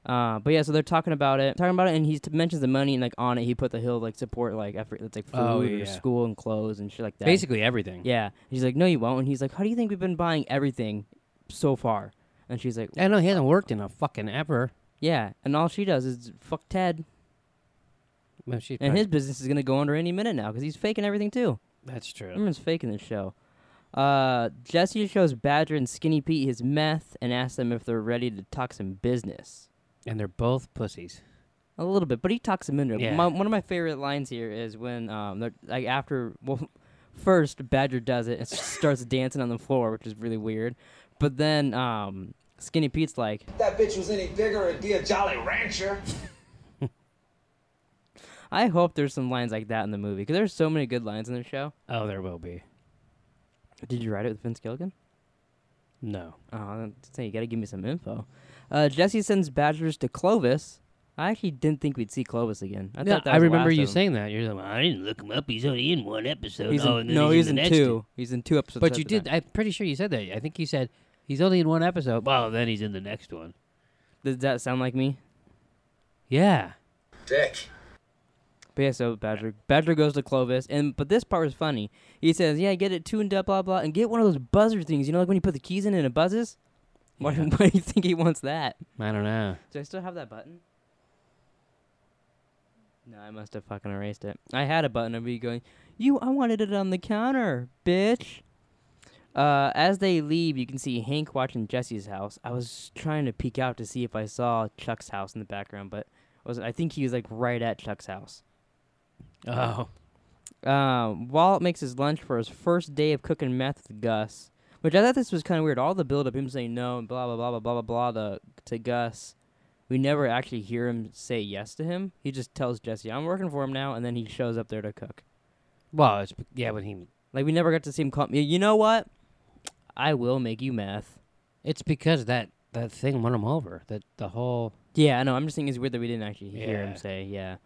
[SPEAKER 3] Uh, but yeah, so they're talking about it, talking about it, and he t- mentions the money and like on it, he put the hill like support like effort that's like food
[SPEAKER 2] Oh, yeah.
[SPEAKER 3] or school and clothes and shit like that.
[SPEAKER 2] Basically everything.
[SPEAKER 3] yeah. He's like, no, you won't. And he's like, how do you think we've been buying everything so far? And she's like,
[SPEAKER 2] I know he hasn't worked in a fucking ever.
[SPEAKER 3] yeah, and all she does is fuck Ted,
[SPEAKER 2] Well, she's
[SPEAKER 3] and
[SPEAKER 2] probably-
[SPEAKER 3] his business is gonna go under any minute now because he's faking everything too.
[SPEAKER 2] that's true.
[SPEAKER 3] Everyone's faking this show. Uh, Jesse shows Badger and Skinny Pete his meth and asks them if they're ready to talk some business.
[SPEAKER 2] And they're both pussies.
[SPEAKER 3] A little bit, but he talks him into it.
[SPEAKER 2] Yeah.
[SPEAKER 3] My, one of my favorite lines here is when um, they're- like after well, first Badger does it and s- starts dancing on the floor, which is really weird. But then um, Skinny Pete's like,
[SPEAKER 5] that bitch was any bigger, it'd be a Jolly Rancher.
[SPEAKER 3] I hope there's some lines like that in the movie because there's so many good lines in the show.
[SPEAKER 2] Oh, there will be.
[SPEAKER 3] Did you write it with Vince Gilligan?
[SPEAKER 2] No.
[SPEAKER 3] Oh, say you gotta give me some info. Uh, Jesse sends Badgers to Clovis. I actually didn't think we'd see Clovis again. I
[SPEAKER 2] Yeah,
[SPEAKER 3] thought that
[SPEAKER 2] I
[SPEAKER 3] was the
[SPEAKER 2] remember
[SPEAKER 3] last
[SPEAKER 2] you
[SPEAKER 3] of him.
[SPEAKER 2] saying that. You're like, well, I didn't look him up. He's only in one episode.
[SPEAKER 3] He's
[SPEAKER 2] oh, and
[SPEAKER 3] in,
[SPEAKER 2] then
[SPEAKER 3] no, he's in
[SPEAKER 2] the
[SPEAKER 3] two.
[SPEAKER 2] next
[SPEAKER 3] He's in two episodes.
[SPEAKER 2] But you
[SPEAKER 3] after
[SPEAKER 2] did.
[SPEAKER 3] that.
[SPEAKER 2] I'm pretty sure you said that. I think you said he's only in one episode. Well, then he's in the next one.
[SPEAKER 3] Does that sound like me?
[SPEAKER 2] Yeah.
[SPEAKER 5] Dick.
[SPEAKER 3] But yeah, so Badger Badger goes to Clovis, and but this part was funny. He says, "Yeah, get it tuned up, blah blah, and get one of those buzzer things. You know, like when you put the keys in and it buzzes. Why, why do you think he wants that?
[SPEAKER 2] I don't know.
[SPEAKER 3] Do I still have that button? No, I must have fucking erased it. I had a button of me going, You, I wanted it on the counter, bitch. Uh, as they leave, you can see Hank watching Jesse's house. I was trying to peek out to see if I saw Chuck's house in the background, but was I think he was like right at Chuck's house.
[SPEAKER 2] Oh.
[SPEAKER 3] Um, Walt makes his lunch for his first day of cooking meth with Gus, which I thought this was kind of weird. All the build up, him saying no and blah blah blah blah blah blah blah to, to Gus. We never actually hear him say yes to him. He just tells Jesse, "I'm working for him now," and then he shows up there to cook.
[SPEAKER 2] Well, it's yeah, but he.
[SPEAKER 3] Like we never got to see him call. "Y- You know what? I will make you meth.
[SPEAKER 2] It's because that that thing won him over. That the whole.
[SPEAKER 3] Yeah, I know. I'm just thinking it's weird that we didn't actually hear
[SPEAKER 2] Yeah.
[SPEAKER 3] him say yeah.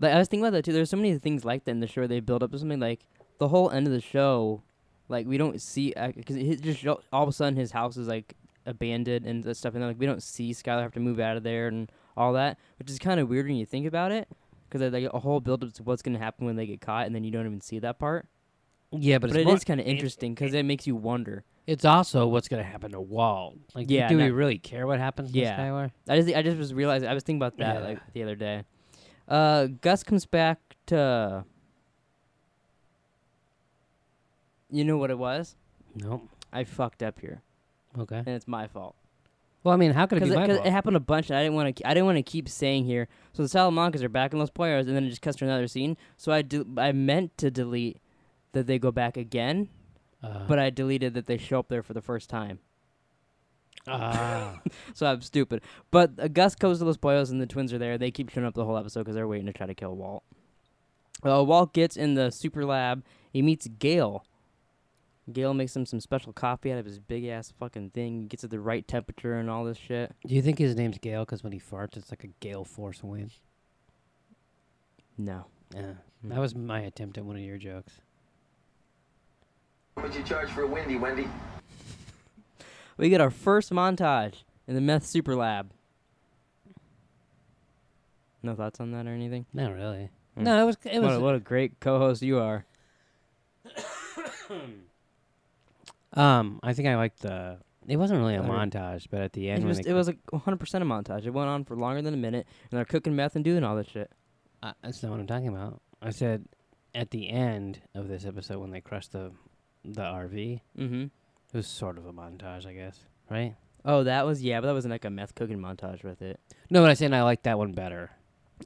[SPEAKER 3] Like I was thinking about that too. There's so many things like that in the show. where They build up to something like the whole end of the show. Like we don't see because it just show- all of a sudden his house is like abandoned and that stuff, and then, like we don't see Skylar have to move out of there and all that, which is kind of weird when you think about it. Because like a whole build up to what's gonna happen when they get caught, and then you don't even see that part.
[SPEAKER 2] Yeah,
[SPEAKER 3] But,
[SPEAKER 2] but,
[SPEAKER 3] it
[SPEAKER 2] it's more-
[SPEAKER 3] is kind of interesting because it makes you wonder.
[SPEAKER 2] It's also what's going to happen to Walt. Like, do-
[SPEAKER 3] Yeah,
[SPEAKER 2] do we
[SPEAKER 3] not-
[SPEAKER 2] really care what happens to
[SPEAKER 3] Yeah.
[SPEAKER 2] Skylar?
[SPEAKER 3] I just I just was realizing I was thinking about that
[SPEAKER 2] Yeah.
[SPEAKER 3] like the other day. Uh, Gus comes back to. You know what it was?
[SPEAKER 2] Nope.
[SPEAKER 3] I fucked up here,
[SPEAKER 2] Okay.
[SPEAKER 3] and it's my fault
[SPEAKER 2] Well, I mean, how could it be
[SPEAKER 3] because it,
[SPEAKER 2] my
[SPEAKER 3] Uh, 'cause
[SPEAKER 2] fault?
[SPEAKER 3] it happened a bunch, and I didn't want to. I didn't want to keep saying here. So the Salamancas are back in Los Pueblos, and then it just cuts to another scene. So I do. I meant to delete that they go back again,
[SPEAKER 2] Uh,
[SPEAKER 3] but I deleted that they show up there for the first time.
[SPEAKER 2] ah.
[SPEAKER 3] So I'm stupid. But uh, Gus goes to Los Pollos and the twins are there. They keep showing up the whole episode because they're waiting to try to kill Walt. Uh, Walt gets in the super lab. He meets Gail. Gail makes him some special coffee out of his big ass fucking thing. Gets it the right temperature and all this shit.
[SPEAKER 2] do you think his name's Gale? Because when he farts, it's like a Gale force wind.
[SPEAKER 3] No.
[SPEAKER 2] Yeah. That was my attempt at one of your jokes.
[SPEAKER 4] What would you charge for a Wendy, Wendy?
[SPEAKER 3] We get our first montage in the meth super lab. No thoughts on that or anything?
[SPEAKER 2] Not really. No, it was. It
[SPEAKER 3] What
[SPEAKER 2] was.
[SPEAKER 3] a, what a great co host you are.
[SPEAKER 2] Um, I think I liked the. It wasn't really a
[SPEAKER 3] Better.
[SPEAKER 2] montage, but at the end,
[SPEAKER 3] It
[SPEAKER 2] when
[SPEAKER 3] was,
[SPEAKER 2] they
[SPEAKER 3] it was like 100% a montage. It went on for longer than a minute, and they're cooking meth and doing all this shit.
[SPEAKER 2] Uh, that's not what I'm talking about. I said at the end of this episode when they crushed the the RV, it
[SPEAKER 3] Mm-hmm.
[SPEAKER 2] was sort of a montage, I guess, right?
[SPEAKER 3] Oh, that was yeah, but that wasn't like a meth cooking montage with it.
[SPEAKER 2] No, but I said I liked that one better.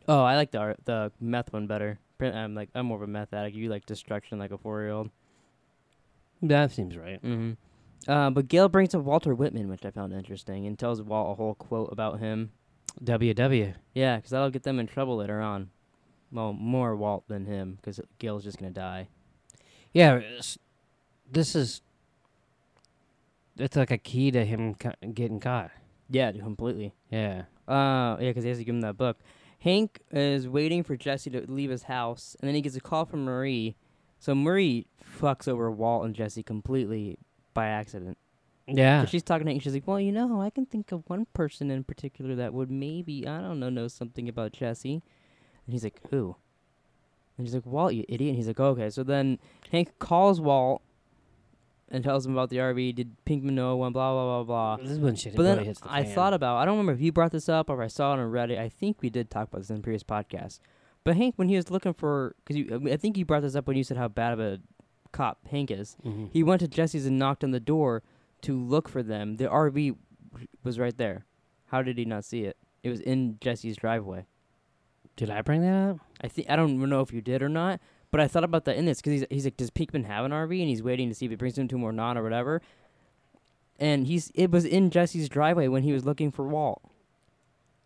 [SPEAKER 3] Oh, I like the art, the meth one better. Pr- I'm like I'm more of a meth addict. You like destruction like a four year old.
[SPEAKER 2] That seems right.
[SPEAKER 3] Mm-hmm. Uh, but Gail brings up Walter Whitman, which I found interesting, and tells Walt a whole quote about him.
[SPEAKER 2] WW.
[SPEAKER 3] Yeah, because that'll get them in trouble later on. Well, more Walt than him, because Gail's just gonna die.
[SPEAKER 2] Yeah, it's- this is. It's like a key to him ca- getting caught.
[SPEAKER 3] Yeah, completely.
[SPEAKER 2] Yeah.
[SPEAKER 3] Uh, yeah, because he has to give him that book. Hank is waiting for Jesse to leave his house, and then he gets a call from Marie. So Marie fucks over Walt and Jesse completely by accident.
[SPEAKER 2] Yeah.
[SPEAKER 3] 'Cause She's talking to Hank. She's like, "Well, you know, I can think of one person in particular that would maybe I don't know know something about Jesse." And he's like, "Who?" And she's like, "Walt, you idiot." And he's like, "Okay." So then Hank calls Walt and tells him about the RV. Did Pinkman know one? Blah blah blah blah.
[SPEAKER 2] This is when shit
[SPEAKER 3] But
[SPEAKER 2] really
[SPEAKER 3] then
[SPEAKER 2] hits the
[SPEAKER 3] I
[SPEAKER 2] fan.
[SPEAKER 3] thought about I don't remember if you brought this up or if I saw it on Reddit. I think we did talk about this in a previous podcast. But Hank, when he was looking for, because I think you brought this up when you said how bad of a cop Hank is,
[SPEAKER 2] Mhm.
[SPEAKER 3] he went to Jesse's and knocked on the door to look for them. The RV was right there. How did he not see it? It was in Jesse's driveway.
[SPEAKER 2] Did I bring that up?
[SPEAKER 3] I think I don't know if you did or not, but I thought about that in this because he's, he's like, does Pinkman have an RV? And he's waiting to see if it brings him to him or not or whatever. and he's it was in Jesse's driveway when he was looking for Walt.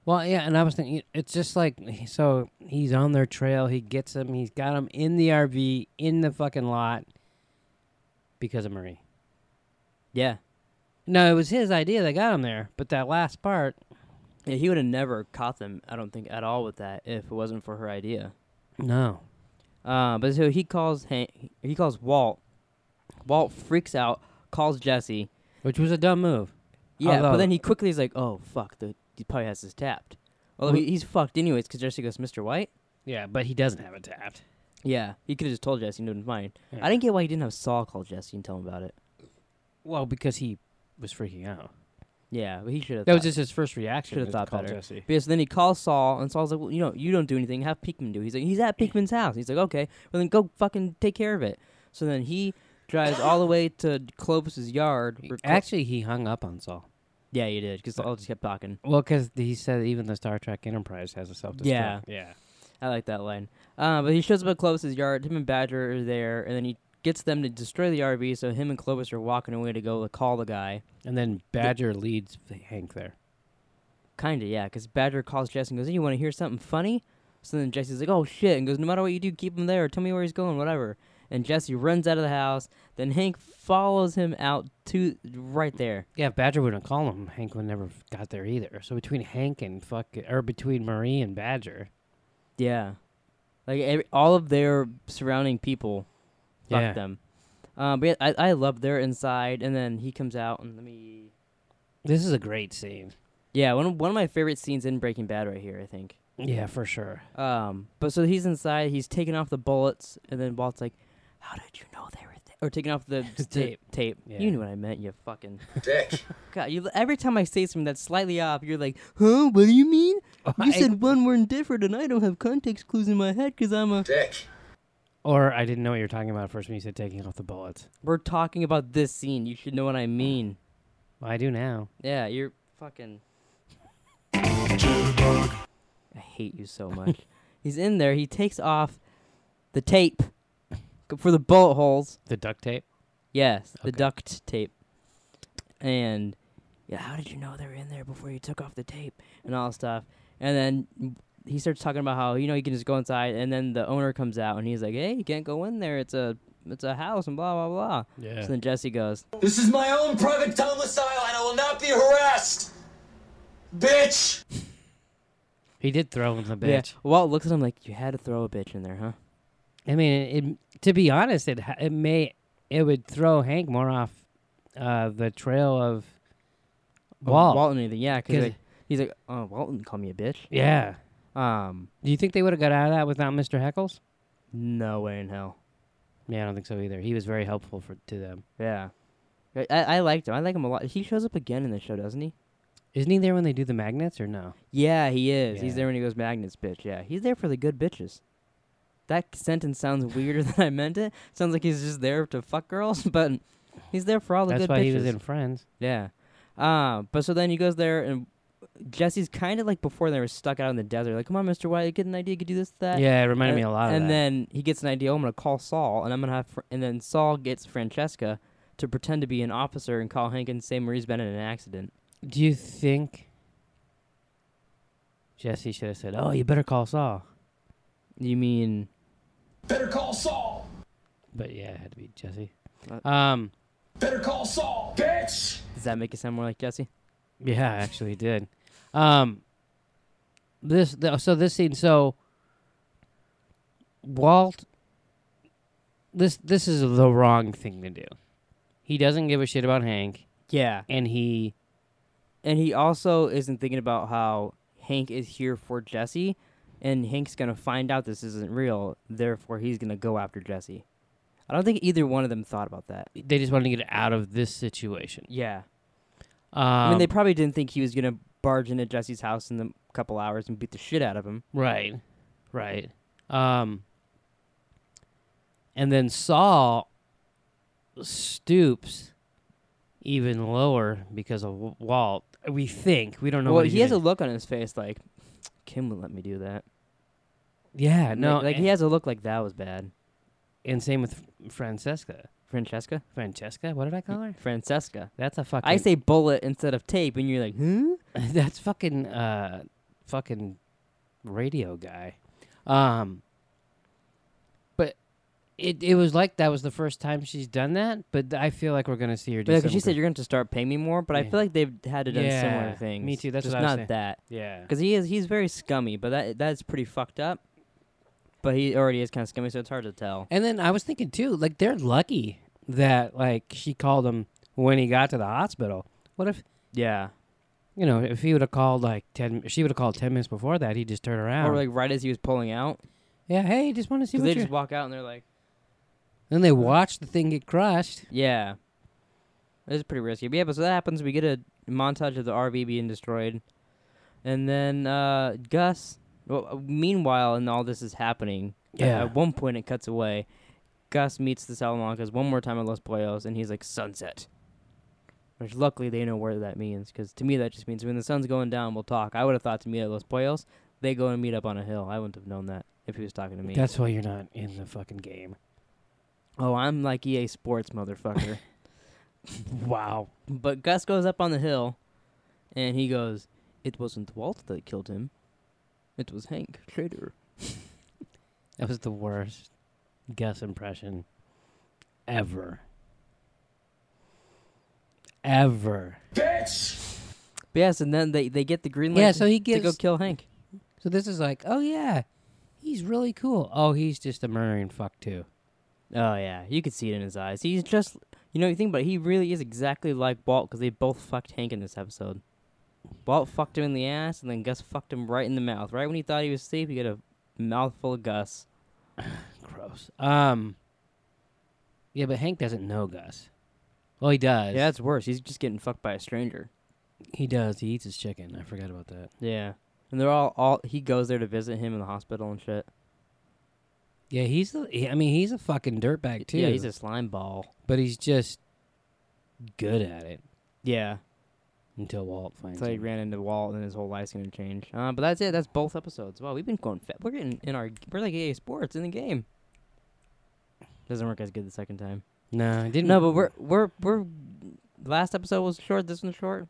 [SPEAKER 2] Well, yeah, and I was thinking, it's just like he- so he's on their trail. He gets him. He's got him in the RV in the fucking lot because of Marie.
[SPEAKER 3] Yeah,
[SPEAKER 2] No, it was his idea that got him there. But that last part,
[SPEAKER 3] yeah, he would have never caught them. I don't think at all with that if it wasn't for her idea.
[SPEAKER 2] no.
[SPEAKER 3] Uh, but so he calls Han- he calls Walt. Walt freaks out, calls Jesse.
[SPEAKER 2] Which was a dumb move.
[SPEAKER 3] Yeah, but
[SPEAKER 2] Although-
[SPEAKER 3] then he quickly is like, "Oh fuck, the he probably has this tapped." Although he, he's fucked anyways, because Jesse goes, "Mr. White."
[SPEAKER 2] Yeah, but he doesn't have it tapped.
[SPEAKER 3] Yeah, he could have just told Jesse, "No, it's mine."
[SPEAKER 2] Yeah.
[SPEAKER 3] I didn't get why he didn't have Saul call Jesse and tell him about it.
[SPEAKER 2] Well, because he was freaking out.
[SPEAKER 3] Yeah, but he should have.
[SPEAKER 2] That was just his first reaction.
[SPEAKER 3] should have
[SPEAKER 2] was
[SPEAKER 3] thought
[SPEAKER 2] to call
[SPEAKER 3] better.
[SPEAKER 2] Uh, Jesse.
[SPEAKER 3] Because then he calls Saul, and Saul's like, "Well, you know, you don't do anything. Have Peekman do." it." He's like, "He's at Peekman's house." He's like, "Okay, well then go fucking take care of it." So then he drives all the way to Clovis's yard. where Clo-
[SPEAKER 2] Actually, he hung up on Saul.
[SPEAKER 3] yeah, he did because Saul just kept talking.
[SPEAKER 2] Well, because he said even the Star Trek Enterprise has a self destruct.
[SPEAKER 3] Yeah.
[SPEAKER 2] yeah.
[SPEAKER 3] I like that line. Uh, but he shows up at Clovis's yard. Him and Badger are there, and then he gets them to destroy the RV. So him and Clovis are walking away to go to call the guy.
[SPEAKER 2] And then Badger leads Hank there.
[SPEAKER 3] Kinda, yeah, because Badger calls Jesse and goes, "Hey, "You want to hear something funny?" So then Jesse's like, "Oh shit!" and goes, "No matter what you do, keep him there. Tell me where he's going, whatever." And Jesse runs out of the house. Then Hank follows him out to right there.
[SPEAKER 2] Yeah, if Badger wouldn't call him. Hank would never f- got there either. So between Hank and fuck, or between Marie and Badger,
[SPEAKER 3] Yeah, like every, all of their surrounding people, fuck
[SPEAKER 2] Yeah.
[SPEAKER 3] them. Um, but yeah, I I love they're inside, and then he comes out and let me.
[SPEAKER 2] this is a great scene.
[SPEAKER 3] Yeah, one of, one of my favorite scenes in Breaking Bad right here, I think.
[SPEAKER 2] Yeah, for sure.
[SPEAKER 3] Um, but so he's inside, he's taking off the bullets, and then Walt's like, "How did you know they were there?" Or taking off the the
[SPEAKER 2] Tape.
[SPEAKER 3] Tape.
[SPEAKER 2] Yeah.
[SPEAKER 3] You knew what I meant. You fucking
[SPEAKER 5] Dick.
[SPEAKER 3] God. You every time I say something that's slightly off, you're like, "Huh? What do you mean? You
[SPEAKER 2] I-
[SPEAKER 3] said one word different, and I don't have context clues in my head because I'm a."
[SPEAKER 5] Dick.
[SPEAKER 2] Or I didn't know what you were talking about at first when you said taking off the bullets.
[SPEAKER 3] We're talking about this scene. You should know what I mean.
[SPEAKER 2] Well, I do now.
[SPEAKER 3] Yeah, you're fucking. I hate you so much. He's in there. He takes off the tape for the bullet holes.
[SPEAKER 2] The duct tape.
[SPEAKER 3] Yes, the duct tape. And yeah, how did you know they were in there before you took off the tape and all that stuff? And then m- he starts talking about how you know you can just go inside. And then the owner comes out and he's like, "Hey, you can't go in there. It's a it's a house and blah blah blah."
[SPEAKER 2] Yeah.
[SPEAKER 3] So then Jesse goes,
[SPEAKER 5] This is my own private domicile and I will not be harassed! Bitch!
[SPEAKER 2] He did throw in the
[SPEAKER 3] "Yeah."
[SPEAKER 2] bitch.
[SPEAKER 3] Walt looks at him like, "You had to throw a bitch in there, huh?"
[SPEAKER 2] I mean, it, to be honest, it ha- it may it would throw Hank more off uh, the trail of
[SPEAKER 3] Oh,
[SPEAKER 2] Walt.
[SPEAKER 3] Walton, anything? Yeah, 'cause
[SPEAKER 2] 'Cause-
[SPEAKER 3] like, he's like, oh, Walton, call me a bitch.
[SPEAKER 2] Yeah.
[SPEAKER 3] Um,
[SPEAKER 2] Do you think they would have got out of that without Mr. Heckles?
[SPEAKER 3] no way in hell.
[SPEAKER 2] Yeah, I don't think so either. He was very helpful for to them.
[SPEAKER 3] Yeah, I, I I liked him. I like him a lot. He shows up again in the show, doesn't he?
[SPEAKER 2] Isn't he there when they do the magnets or no?
[SPEAKER 3] Yeah, he is. He's
[SPEAKER 2] Yeah.
[SPEAKER 3] there when he goes magnets, bitch. Yeah, he's there for the good bitches. That sentence sounds weirder than I meant it. Sounds like he's just there to fuck girls, but he's there for all the
[SPEAKER 2] That's
[SPEAKER 3] good
[SPEAKER 2] why
[SPEAKER 3] bitches.
[SPEAKER 2] he was in Friends.
[SPEAKER 3] Yeah. Uh, but so then he goes there and Jesse's kind of like before they were stuck out in the desert. Like, come on, Mister White, get an idea, get do this, that.
[SPEAKER 2] Yeah, it reminded
[SPEAKER 3] and,
[SPEAKER 2] me a lot of
[SPEAKER 3] Uh, and
[SPEAKER 2] that.
[SPEAKER 3] then he gets an idea. "Oh, I'm gonna call Saul, and I'm gonna have. Fr- and then Saul gets Francesca to pretend to be an officer and call Hank and say Marie's been in an accident.
[SPEAKER 2] do you think Jesse should have said, "Oh, you better call Saul"?
[SPEAKER 3] You mean?
[SPEAKER 5] Better call Saul!
[SPEAKER 2] But yeah, it had to be Jesse.
[SPEAKER 3] Uh,
[SPEAKER 2] Um,
[SPEAKER 5] Better call Saul! Bitch!
[SPEAKER 3] Does that make it sound more like Jesse?
[SPEAKER 2] yeah, I actually did. Um, this th- so this scene so Walt. This this is the wrong thing to do. He doesn't give a shit about Hank,
[SPEAKER 3] Yeah.
[SPEAKER 2] and he
[SPEAKER 3] And he also isn't thinking about how Hank is here for Jesse, and Hank's gonna find out this isn't real. Therefore, he's gonna go after Jesse. I don't think either one of them thought about that.
[SPEAKER 2] they just wanted to get out of this situation.
[SPEAKER 3] Yeah.
[SPEAKER 2] Um,
[SPEAKER 3] I mean, they probably didn't think he was gonna barge into Jesse's house in a couple hours and beat the shit out of him.
[SPEAKER 2] Right. Right. Um and then Saul stoops even lower because of Wa- Walt. We think. We don't know
[SPEAKER 3] Well,
[SPEAKER 2] what
[SPEAKER 3] he has a
[SPEAKER 2] doing.
[SPEAKER 3] look on his face like, Kim would let me do that.
[SPEAKER 2] Yeah,
[SPEAKER 3] Like-
[SPEAKER 2] no.
[SPEAKER 3] eh. like, he has a look like that was bad.
[SPEAKER 2] and same with Francesca.
[SPEAKER 3] Francesca?
[SPEAKER 2] Francesca? What did I call her?
[SPEAKER 3] Francesca.
[SPEAKER 2] That's a fucking.
[SPEAKER 3] I say bullet instead of tape, and you're like, hmm?
[SPEAKER 2] that's fucking uh, fucking radio guy. Um, but it it was like that was the first time she's done that. But I feel like we're gonna see her do.
[SPEAKER 3] But because she
[SPEAKER 2] something-
[SPEAKER 3] said you're going to start paying me more, but I
[SPEAKER 2] Yeah.
[SPEAKER 3] feel like they've had to done
[SPEAKER 2] Yeah,
[SPEAKER 3] similar things.
[SPEAKER 2] me too, that's
[SPEAKER 3] Just
[SPEAKER 2] what I was
[SPEAKER 3] not
[SPEAKER 2] saying.
[SPEAKER 3] that.
[SPEAKER 2] yeah.
[SPEAKER 3] Because he is he's very scummy, but that that's pretty fucked up. But he already is kind of scummy, so it's hard to tell.
[SPEAKER 2] And then I was thinking too, like they're lucky that like she called him when he got to the hospital. What if
[SPEAKER 3] Yeah.
[SPEAKER 2] you know if he would have called like ten? If she would have called ten minutes before that. He would just turn around.
[SPEAKER 3] Or like right as he was pulling out,
[SPEAKER 2] yeah, hey, just want to see
[SPEAKER 3] because
[SPEAKER 2] what
[SPEAKER 3] they
[SPEAKER 2] you.
[SPEAKER 3] just walk out and they're like,
[SPEAKER 2] Then they watch the thing get crushed.
[SPEAKER 3] yeah, this is pretty risky. But yeah, but so that happens. We get a montage of the RV being destroyed, and then uh Gus. Well, uh, meanwhile, and all this is happening. a-
[SPEAKER 2] Yeah.
[SPEAKER 3] At one point, it cuts away. Gus meets the Salamancas one more time at Los Pollos, and he's like sunset. Which luckily they know where that means, because to me that just means when the sun's going down, we'll talk. I would have thought to meet at Los Pollos, they go and meet up on a hill. I wouldn't have known that if he was talking to me.
[SPEAKER 2] That's why you're not in the fucking game.
[SPEAKER 3] Oh, I'm like EA Sports, motherfucker.
[SPEAKER 2] Wow.
[SPEAKER 3] but Gus goes up on the hill, and he goes, "It wasn't Walt that killed him. It was Hank, traitor."
[SPEAKER 2] That was the worst Gus impression ever. Ever.
[SPEAKER 5] Bitch!
[SPEAKER 3] But yes, and then they, they get the green light.
[SPEAKER 2] Yeah, so he
[SPEAKER 3] to go
[SPEAKER 2] gives-
[SPEAKER 3] kill Hank.
[SPEAKER 2] So this is like, oh yeah, he's really cool. Oh, he's just a murdering fuck too.
[SPEAKER 3] Oh yeah, you could see it in his eyes. He's just, you know, you think about it, he really is exactly like Walt because they both fucked Hank in this episode. Walt fucked him in the ass, and then Gus fucked him right in the mouth. Right when he thought he was safe, he got a mouthful of Gus.
[SPEAKER 2] Gross. Um. Yeah, but Hank doesn't know Gus. Well, he does.
[SPEAKER 3] Yeah, that's worse. He's just getting fucked by a stranger.
[SPEAKER 2] he does. He eats his chicken. I forgot about that.
[SPEAKER 3] Yeah. And they're all, all he goes there to visit him in the hospital and shit.
[SPEAKER 2] Yeah, he's. A, he- I mean, he's a fucking dirtbag too.
[SPEAKER 3] Yeah, he's a slime ball.
[SPEAKER 2] but he's just good at it
[SPEAKER 3] Yeah.
[SPEAKER 2] until Walt finds
[SPEAKER 3] So he
[SPEAKER 2] him.
[SPEAKER 3] ran into Walt and his whole life's gonna change. Uh, but that's it. That's both episodes. Wow, we've been going. Fa- we're getting in our. We're like EA Sports in the game. Doesn't work as good the second time.
[SPEAKER 2] No, he didn't.
[SPEAKER 3] No, but we're we're we're. Last episode was short. This one's short.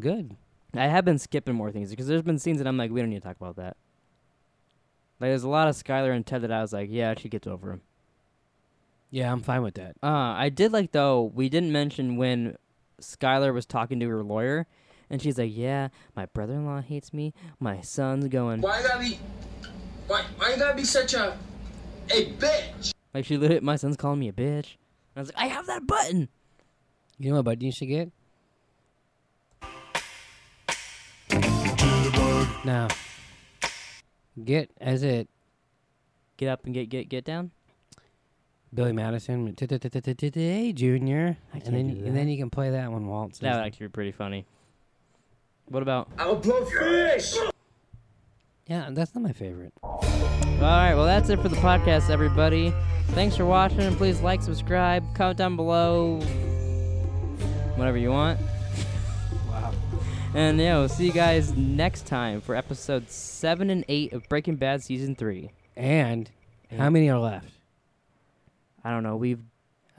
[SPEAKER 2] good.
[SPEAKER 3] I have been skipping more things because there's been scenes that I'm like, we don't need to talk about that. Like there's a lot of Skylar and Ted that I was like, yeah, she gets over him.
[SPEAKER 2] Yeah, I'm fine with that.
[SPEAKER 3] Uh, I did like though we didn't mention when Skylar was talking to her lawyer, and she's like, "Yeah, my brother-in-law hates me. My son's going."
[SPEAKER 5] Why you gotta be. Why, why you gotta be such a. a bitch?
[SPEAKER 3] Like she literally, my son's calling me a bitch. And I was like, "I have that button."
[SPEAKER 2] You know what button you should get? No. Get as it
[SPEAKER 3] Get up and get get get down.
[SPEAKER 2] Billy Madison t- t- t- t- t- today, Junior,
[SPEAKER 3] can't
[SPEAKER 2] and then
[SPEAKER 3] do
[SPEAKER 2] and then you can play that when Walt
[SPEAKER 3] That
[SPEAKER 2] says.
[SPEAKER 3] would actually be pretty funny. What about?
[SPEAKER 5] I'm a blowfish!
[SPEAKER 2] Yeah, that's not my favorite.
[SPEAKER 3] All right, well that's it for the podcast, everybody. Thanks for watching, and please like, subscribe, comment down below, whatever you want. Wow. And yeah, we'll see you guys next time for episode seven and eight of Breaking Bad season three.
[SPEAKER 2] And how many are left?
[SPEAKER 3] I don't know. We've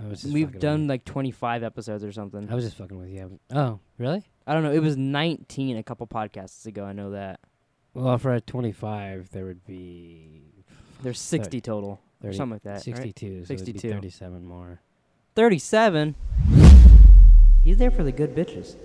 [SPEAKER 2] I was just
[SPEAKER 3] we've
[SPEAKER 2] fucking
[SPEAKER 3] done
[SPEAKER 2] With
[SPEAKER 3] like 25 episodes or something.
[SPEAKER 2] you. I was just fucking with you. Oh, really?
[SPEAKER 3] I don't know. It was 19 a couple podcasts ago. I know that.
[SPEAKER 2] Well, for a twenty-five, there would be
[SPEAKER 3] There's 60 total, or
[SPEAKER 2] 30
[SPEAKER 3] something like that. right?
[SPEAKER 2] sixty-two. So it'd be
[SPEAKER 3] 62.
[SPEAKER 2] thirty-seven more.
[SPEAKER 3] 37. He's there for the good bitches.